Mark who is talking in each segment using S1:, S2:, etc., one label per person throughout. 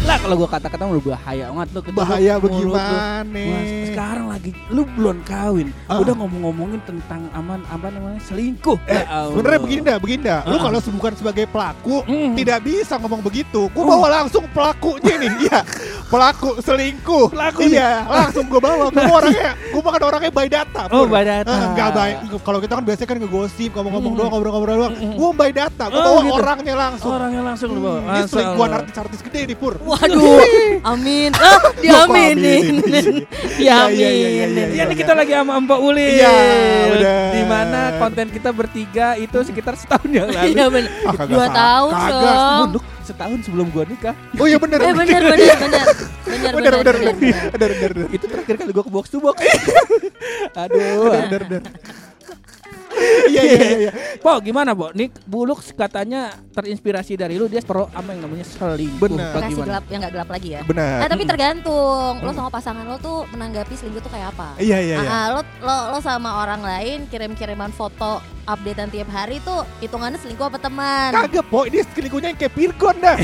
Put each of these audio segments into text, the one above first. S1: lah kalau gua kata-kata udah bahaya banget lu Kita-
S2: Bahaya
S1: lu- mulut lu.
S2: bagaimana?
S1: Wah, sekarang lagi lu belum kawin
S2: Ah.
S1: udah ngomong-ngomongin tentang aman apa namanya selingkuh
S2: Eh,
S1: Ya Allah.
S2: sebenarnya begini dah, begini dah. Lu
S1: Ah.
S2: kalau bukan sebagai pelaku,
S1: Mm.
S2: tidak bisa ngomong begitu.
S1: Oh.
S2: Gua bawa langsung pelakunya nih, iya. Pelaku selingkuh.
S1: Pelaku ya?
S2: iya, langsung gua bawa. Gua orangnya, gua bukan orangnya by data.
S1: Oh,
S2: Pur.
S1: by data.
S2: Eh, Enggak by. Kalau kita kan biasanya kan ngegosip, ngomong-ngomong
S1: Mm.
S2: doang, ngobrol-ngobrol doang.
S1: Mm-mm.
S2: Gua by data, gua
S1: Oh,
S2: bawa
S1: gitu.
S2: orangnya langsung.
S1: orangnya langsung lu bawa
S2: Ini
S1: Langsung
S2: selingkuhan
S1: lu.
S2: artis-artis gede nih, Pur.
S3: Waduh, amin. Ah, diaminin.
S2: Ya, ya, ya, ya, ya,
S1: Iya
S3: Diaminin.
S1: ini kita lagi sama Mbak Uli.
S2: Iya, udah.
S1: Dimana konten kita bertiga itu sekitar setahun yang lalu.
S3: Iya bener.
S2: Ah, kagak
S3: Dua
S2: salah.
S3: tahun
S2: Kagak,
S3: dong.
S1: Mundur setahun sebelum gua nikah.
S2: Oh iya bener.
S3: Eh bener bener bener. Bener
S2: Bener, bener, bener.
S3: bener.
S2: Bener, bener, bener.
S1: Itu terakhir kali gua ke box to box. Aduh.
S2: Bener, bener, bener. Iya, iya, iya, iya.
S1: Po, gimana, Bo? Nih Buluk katanya terinspirasi dari lu dia pro sama yang namanya selingkuh.
S2: Benar.
S1: Apa
S3: Kasih
S1: gimana?
S3: gelap yang nggak gelap lagi ya.
S2: Benar.
S3: Eh tapi tergantung lo sama pasangan lo tuh menanggapi selingkuh tuh kayak apa?
S2: Hmm. Iya, iya, iya.
S3: Ah, ah, lo, lo lo sama orang lain kirim-kiriman foto updatean tiap hari tuh hitungannya selingkuh apa teman?
S2: Kagak, po. Ini selingkuhnya yang kayak Pirgon dah.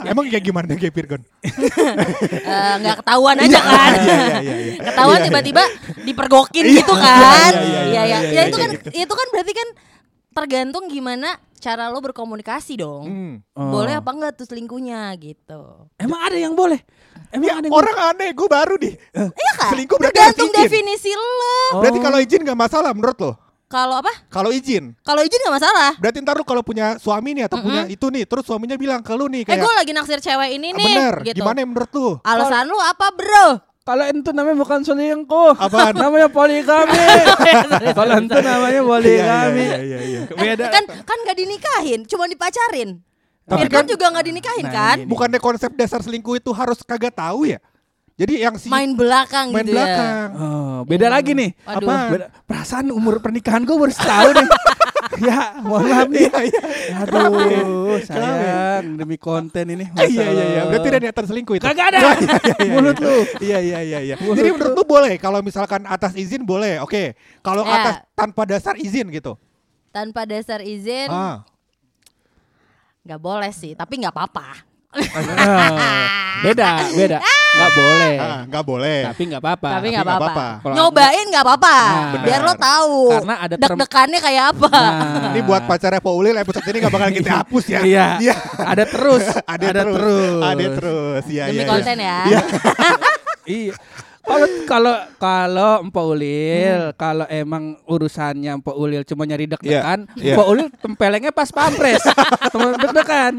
S2: Ah, Emang kayak gimana yang kayak Pirgon?
S3: Eh, nggak ketahuan aja kan?
S2: Iya, iya, iya, iya.
S3: ketahuan
S2: Iya, iya.
S3: tiba-tiba dipergokin
S2: Iya,
S3: gitu kan.
S2: iya, iya, iya,
S3: Iya ya.
S2: iya, iya,
S3: Ya itu kan
S2: gitu.
S3: itu kan berarti kan tergantung gimana cara lo berkomunikasi dong.
S2: Hmm.
S1: Oh.
S3: Boleh apa enggak tuh selingkuhnya gitu.
S1: Emang ada yang boleh? Emang
S2: Ya,
S1: ada yang
S2: orang aneh, gue baru nih. Eh,
S3: Iya kan?
S2: Selingkuh berarti
S3: Tergantung
S2: harus izin.
S3: definisi lo.
S1: Oh.
S2: Berarti kalau izin gak masalah menurut lo?
S3: Kalau apa?
S2: Kalau izin?
S3: Kalau izin nggak masalah.
S2: Berarti ntar lu kalau punya suami nih atau punya itu nih, terus suaminya bilang ke lu nih
S3: Eh
S2: kayak,
S3: gue lagi naksir cewek
S2: "Ah,
S3: ini nih.
S2: bener,
S3: gitu.
S2: gimana yang menurut lu?
S3: Alasan lu apa bro?
S1: Kalau itu namanya bukan selingkuh.
S2: Apaan?
S1: namanya poligami. Kalau itu namanya poligami.
S2: Iya, iya, iya, iya.
S1: Beda.
S3: Kan kan nggak dinikahin, cuma dipacarin.
S2: Tapi kan-
S3: Irfan juga nggak dinikahin
S1: Nah,
S3: kan?
S1: ini-
S2: Bukannya konsep dasar selingkuh itu harus kagak tahu ya? Jadi yang si
S3: Main belakang
S2: main
S3: gitu
S2: belakang.
S1: Oh, beda lagi nih.
S3: Waduh.
S1: Apaan? Beda- Perasaan umur pernikahan gue baru setahun nih. ya, mohon maaf nih. Aduh, sayang Eh, demi konten ini.
S2: Ah, Iya iya iya, berarti ada niatan selingkuh itu.
S1: Kagak ada.
S2: Iya, iya, iya, iya.
S1: Mulut lu.
S2: Iya iya iya iya.
S1: Mulut
S2: Jadi
S1: lu.
S2: menurut lu boleh kalau misalkan atas izin boleh. Oke. Kalau
S3: Ya.
S2: atas tanpa dasar izin gitu.
S3: ya. Tanpa dasar izin
S2: Ah.
S3: nggak boleh sih, tapi nggak apa-apa.
S1: Ah, beda, beda. Enggak boleh.
S2: Ah, nggak boleh.
S1: Tapi enggak apa-apa.
S3: tapi
S2: nggak
S3: nggak apa-apa.
S2: apa-apa.
S1: Kalau-
S3: Nyobain nggak apa-apa.
S1: Nah,
S3: Biar lo
S2: benar.
S3: tahu.
S1: Karena ada term-
S3: deg-degannya kayak apa.
S1: Nah.
S2: Ini buat pacarnya Pak Ulil episode ini gak bakal kita hapus ya.
S1: Iya. Ada terus,
S2: Ada, terus. Ada terus. Iya
S3: Demi
S2: iya. iya.
S3: konten ya.
S1: Iya. Kalau kalau kalau Empok
S2: Hmm.
S1: Ulil, kalau emang urusannya Empok Ulil cuma nyari deg-degan,
S2: Iya, iya.
S1: Empok Ulil tempelengnya pas pampres, temen deg-degan.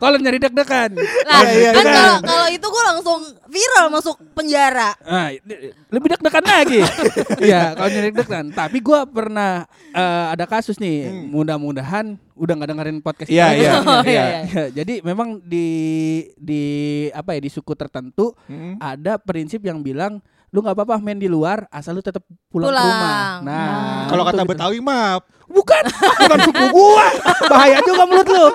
S1: Kalau nyari deg-degan.
S3: Lah,
S2: Iya, iya,
S3: kan
S2: iya.
S3: kalau kalau itu gue langsung viral masuk penjara.
S1: Nah, di- lebih deg-degan lagi. Iya, kalau nyari deg-degan. Tapi gua pernah eh, ada kasus nih. Mudah-mudahan udah nggak dengerin podcast
S2: Hmm. Iya,
S1: ini.
S2: iya,
S3: Oh, iya.
S1: Ya, jadi memang di di apa ya di suku tertentu
S2: Mm.
S1: ada prinsip yang bilang lu nggak apa-apa main di luar asal lu tetap pulang, ke
S3: Pulang.
S1: rumah.
S3: Nah.
S2: Kalau
S1: itu
S2: kata
S1: gitu.
S2: Betawi mah
S1: bukan bukan suku gua. Bahaya juga mulut lu.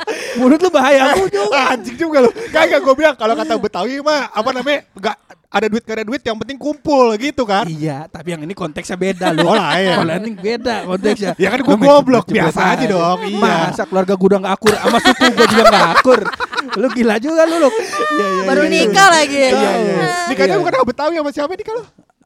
S1: Mulut lu bahaya aku juga.
S2: Ah, anjing juga lu. Kagak gue bilang kalau kata Betawi mah apa namanya? Enggak ada duit gak ada duit yang penting kumpul gitu kan.
S1: Iya, tapi yang ini konteksnya beda lu.
S2: Oh, lain.
S1: Kalau ini beda konteksnya.
S2: Ya kan gua
S1: Iya. Lu main
S2: goblok,
S1: jebret-jebret
S2: biasa aja dong, iya.
S1: Masa keluarga gua udah gak akur sama suku gua juga gak akur. Lu gila juga lu. lu.
S2: Iya iya.
S3: Baru nikah lagi.
S2: Iya iya. iya.
S3: Ah.
S2: Nikahnya
S1: Iya.
S2: bukan sama Betawi sama siapa nih kalau?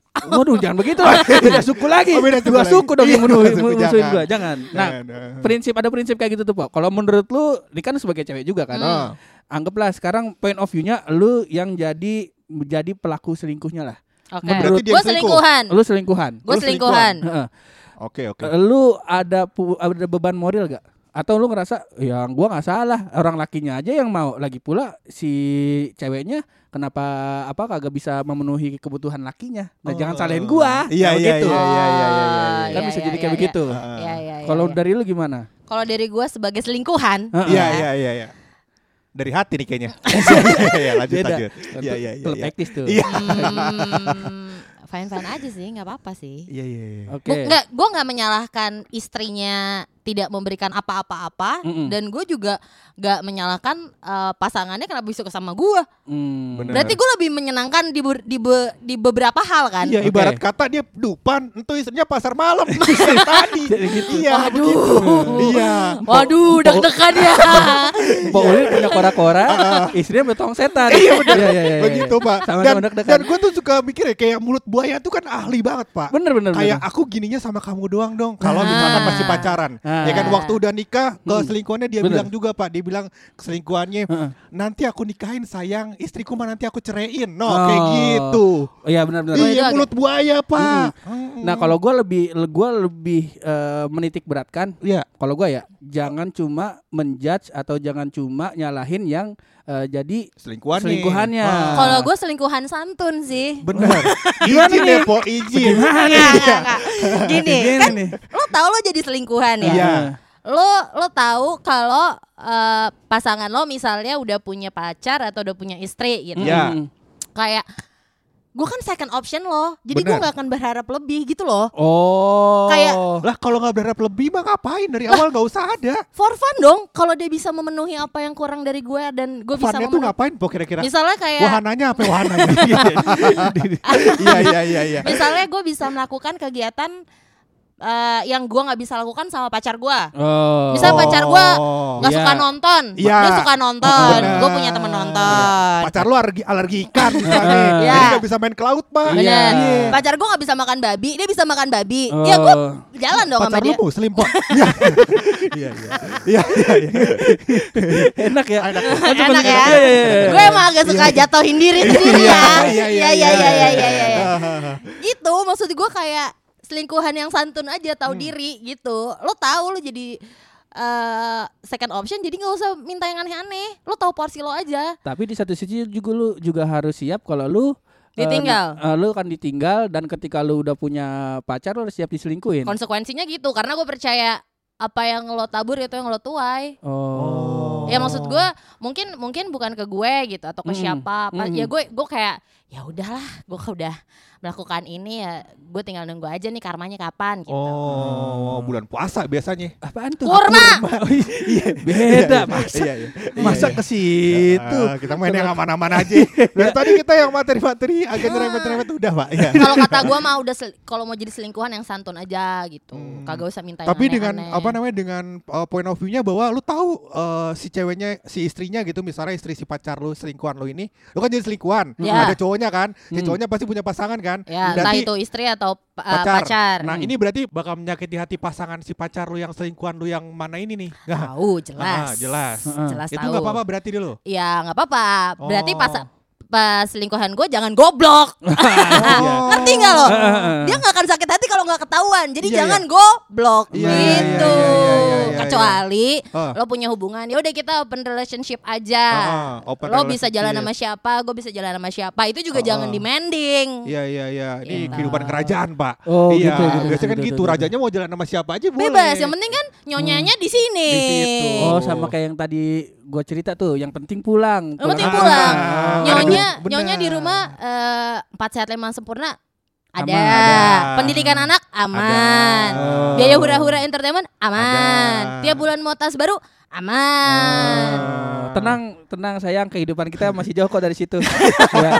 S1: Waduh jangan begitu lah. Beda suku lagi.
S2: Oh, beda suku
S1: dua
S2: lagi.
S1: suku dong yang
S2: Iya,
S1: menuhi-
S2: dua suku,
S1: musuhin
S2: jangan.
S1: gua. Jangan. Nah,
S2: Jangan, jangan.
S1: prinsip ada prinsip kayak gitu tuh, Pak. Kalau menurut lu, ini kan sebagai cewek juga kan.
S2: Hmm.
S1: Anggaplah sekarang point of view-nya lu yang jadi menjadi pelaku selingkuhnya lah.
S3: Oke.
S2: Berarti dia
S3: Gue
S2: selingkuh.
S3: selingkuhan.
S1: Lu selingkuhan.
S3: Gue
S2: Lu
S3: selingkuhan.
S1: Heeh.
S2: Oke oke.
S1: Lu ada pu- ada beban moral gak? Atau lu ngerasa yang gua nggak salah, orang lakinya aja yang mau. Lagi pula si ceweknya kenapa apa kagak bisa memenuhi kebutuhan lakinya. Nah, jangan salahin gua.
S2: Oh. Iya,
S1: Nah,
S2: iya,
S1: gitu.
S2: iya, iya, iya, iya, iya. Ah,
S3: Oh,
S1: Kan
S3: iya,
S1: bisa
S3: iya,
S1: jadi kayak
S3: iya,
S1: begitu.
S3: iya.
S2: Nah.
S3: Iya, iya, iya,
S1: Kalau
S3: iya.
S1: dari lu gimana?
S3: Kalau dari gue sebagai selingkuhan,
S1: Heeh.
S2: Iya iya iya iya. Dari hati nih kayaknya. Iya, Iya lanjut
S1: Beda.
S2: lanjut. Iya iya iya.
S1: Teletektis tuh.
S2: Iya.
S3: hmm, fine fine aja sih nggak apa apa sih
S2: Iya iya iya.
S1: Oke.
S3: Bu- nggak gue nggak menyalahkan istrinya tidak memberikan apa-apa-apa
S1: Mm-mm.
S3: dan gue juga nggak menyalahkan eh, pasangannya kenapa bisa suka sama gue
S1: Hmm.
S2: Bener.
S3: berarti gue lebih menyenangkan di, ber- di, be- di beberapa hal kan
S2: Iya
S1: Oke.
S2: ibarat kata dia dupan itu istrinya pasar malam istri tadi.
S1: gitu.
S2: Iya
S3: Waduh.
S2: begitu. Iya.
S3: waduh deg-degan ya
S1: Pak Ulil punya kora-kora, istrinya betong setan.
S2: Ah, Iya benar.
S1: Iya, iya, iya.
S2: Begitu Pak.
S1: Sama
S2: Dan,
S1: sama deg-degan.
S2: dan gue tuh suka mikir ya kayak mulut buaya tuh kan ahli banget Pak.
S1: Bener bener.
S2: Kayak
S1: bener.
S2: aku gininya sama kamu doang dong. Kalau
S3: Ah.
S2: misalkan masih pacaran,
S1: Ah.
S2: ya kan waktu udah nikah ke
S1: Hmm.
S2: selingkuhannya dia
S1: Bener.
S2: bilang juga pak, dia bilang ke selingkuhannya
S1: Heeh.
S2: nanti aku nikahin sayang, istriku mah nanti aku cerein, no
S1: Oh.
S2: kayak gitu.
S1: Iya benar benar.
S3: Iya,
S2: Iya
S3: agak-
S2: mulut buaya pak. Hmm.
S1: Nah kalau gue lebih gue lebih eh, menitik beratkan
S2: ya
S1: kalau gue ya jangan cuma menjudge atau jangan cuma nyalahin yang eh, jadi
S2: selingkuhannya.
S1: Selingkuhannya.
S2: Ah.
S3: kalau gue selingkuhan santun sih
S2: benar. izin deh po, izin. Iya.
S3: Nggak, nggak, nggak. gini
S1: Iya. Gini
S3: kan
S1: nih.
S3: lo tau lo jadi selingkuhan ya
S2: Iya.
S3: lo lo tahu kalau eh, pasangan lo misalnya udah punya pacar atau udah punya istri gitu
S2: Iya.
S1: Mm.
S3: kayak gue kan second option lo jadi gue
S2: Benar.
S3: nggak akan berharap lebih gitu loh
S1: Oh.
S3: Kayak-
S2: Lah kalau nggak berharap lebih mah ngapain dari awal nggak usah ada.
S3: for fun dong kalau dia bisa memenuhi apa yang kurang dari gue dan gue bisa
S2: Fannya tuh
S3: memenuhi
S2: ngapain po kira-kira?
S3: misalnya kayak
S2: Wahananya apa ya? wahananya? Iya iya iya iya.
S3: misalnya gue bisa melakukan kegiatan eh, yang gue nggak bisa lakukan sama pacar gue
S1: Oh.
S3: Misal pacar gua
S2: Oh.
S3: nggak
S1: Iya.
S3: suka nonton
S2: Iya.
S3: dia suka nonton
S2: Benar.
S3: gue punya temen nonton
S2: pacar lu alergi alergi ikan misalnya
S3: Iya.
S2: jadi nggak bisa main ke laut
S1: Iya.
S2: pak
S3: Bener.
S1: Iya.
S3: Pacar gue gak bisa makan babi, dia bisa makan babi.
S1: Oh.
S3: Ya gue jalan dong
S2: pacar
S3: sama
S2: lu
S3: dia.
S2: muslim pak iya iya iya iya iya
S1: Enak ya. Oh, cuman-
S3: Enak
S1: Iya,
S3: ya.
S1: iya, iya, iya.
S3: Gue emang agak suka jatuhin diri sendiri ya. Iya iya iya iya iya. iya.
S2: Ah,
S3: Gitu maksud gue kayak selingkuhan yang santun aja tahu
S2: Hmm.
S3: diri gitu. Lo tahu lo jadi eh, second option jadi nggak usah minta yang aneh-aneh. Lo tahu porsi lo aja.
S1: Tapi di satu sisi juga lu juga harus siap kalau lu eh,
S3: Ditinggal.
S1: eh, lu kan ditinggal dan ketika lu udah punya pacar lu harus siap diselingkuhin.
S3: Konsekuensinya gitu karena gue percaya apa yang lo tabur itu yang lo tuai.
S1: oh.
S3: Ya maksud gue mungkin mungkin bukan ke gue gitu atau ke
S1: Mm-mm.
S2: Hmm.
S3: siapa. Pas-
S1: Mm-mm.
S3: Ya gue gue kayak ya udahlah, gue udah melakukan ini ya gue tinggal nunggu aja nih karmanya kapan gitu.
S2: oh bulan puasa biasanya
S1: Apaan tuh? Oh, iya.
S3: Kurma.
S1: Beda, masa
S2: iya, iya.
S1: masa
S2: Iya,
S1: ke
S2: iya.
S1: situ.
S2: Ah, kita main yang aman-aman aja dari tadi kita yang materi-materi
S3: Ah.
S2: agak nyerempet-nyerempet udah pak Iya.
S3: Kalau kata gue mah udah sel- kalau mau jadi selingkuhan yang santun aja gitu.
S2: Hmm.
S3: Kagak usah minta yang
S2: tapi dengan
S3: aneh-aneh.
S2: apa namanya dengan uh, point of view-nya bahwa lu tahu uh, si ceweknya si istrinya gitu misalnya istri si pacar lu selingkuhan lu ini lu kan jadi selingkuhan
S3: Ya.
S2: ada cowoknya kan si
S1: Hmm.
S2: cowoknya pasti punya pasangan kan
S3: Ya, entah
S2: berarti
S3: itu istri atau uh,
S2: pacar.
S3: pacar.
S2: nah
S1: Hmm.
S2: ini berarti bakal menyakiti hati pasangan si pacar lu yang selingkuhan lu yang mana ini nih nah,
S3: Tahu
S2: ah,
S3: jelas.
S2: jelas
S1: Heeh.
S3: Jelas
S2: itu
S3: tahu.
S2: nggak apa-apa berarti dulu
S3: Ya nggak apa-apa. Berarti
S2: Oh.
S3: pas pas selingkuhan gue jangan goblok.
S2: iya.
S3: Ngerti nggak lo? Dia nggak akan sakit hati kalau nggak ketahuan. Jadi
S2: Iya,
S3: jangan goblok
S2: Iya, iya, iya,
S3: gitu.
S2: iya, iya, iya, iya, iya.
S3: Kecuali
S2: Ah.
S3: lo punya hubungan, ya udah kita open relationship aja.
S2: Ah, open
S3: lo
S2: relationship.
S3: bisa
S2: iya.
S3: jalan sama siapa, gue bisa jalan sama siapa. Itu juga
S2: Ah,
S3: jangan
S2: ah.
S3: demanding.
S2: Iya iya iya, ini
S3: Gitu.
S2: kehidupan kerajaan pak.
S1: Oh,
S2: iya,
S1: gitu, gitu,
S2: biasanya kan
S1: gitu,
S2: gitu,
S1: gitu.
S2: rajanya mau jalan sama siapa aja boleh. Hmm.
S3: Bebas, yang penting kan nyonyanya di sini.
S2: Di situ.
S1: Oh, sama kayak yang tadi gue cerita tuh, yang penting pulang.
S3: Yang penting
S1: Pulang-
S3: pulang.
S2: Ah,
S3: nyonya,
S2: ada duit,
S3: nyonya di
S2: benar.
S3: rumah eh, empat sehat lima sempurna ada.
S1: Aman,
S2: ada.
S3: Pendidikan anak aman.
S2: Ada.
S3: Biaya hura-hura entertainment
S2: Ada.
S3: aman. Tiap bulan mau tas baru aman.
S1: Oh, tenang, tenang sayang, kehidupan kita masih jauh kok dari situ. ya.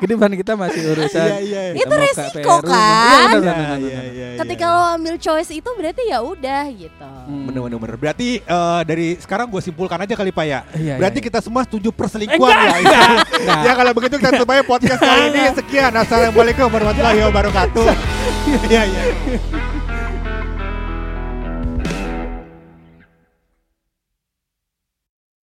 S1: Kehidupan kita masih urusan.
S2: Iya, iya,
S1: kita
S2: iya.
S3: Itu
S1: mau ke
S3: resiko,
S1: Peru.
S3: kan?
S1: Iya, benar, benar,
S2: Iya,
S1: benar,
S2: iya,
S1: benar.
S2: iya,
S3: Ketika
S2: iya.
S3: lo ambil choice itu berarti ya udah gitu.
S1: Hmm.
S2: Bener bener bener. Berarti eh, dari sekarang gue simpulkan aja kali pak ya.
S1: Iya,
S2: Berarti
S1: iya,
S2: kita semua setuju perselingkuhan ya. ya kalau begitu kita tutup aja podcast kali ini sekian. Assalamualaikum warahmatullahi wabarakatuh. Iya iya.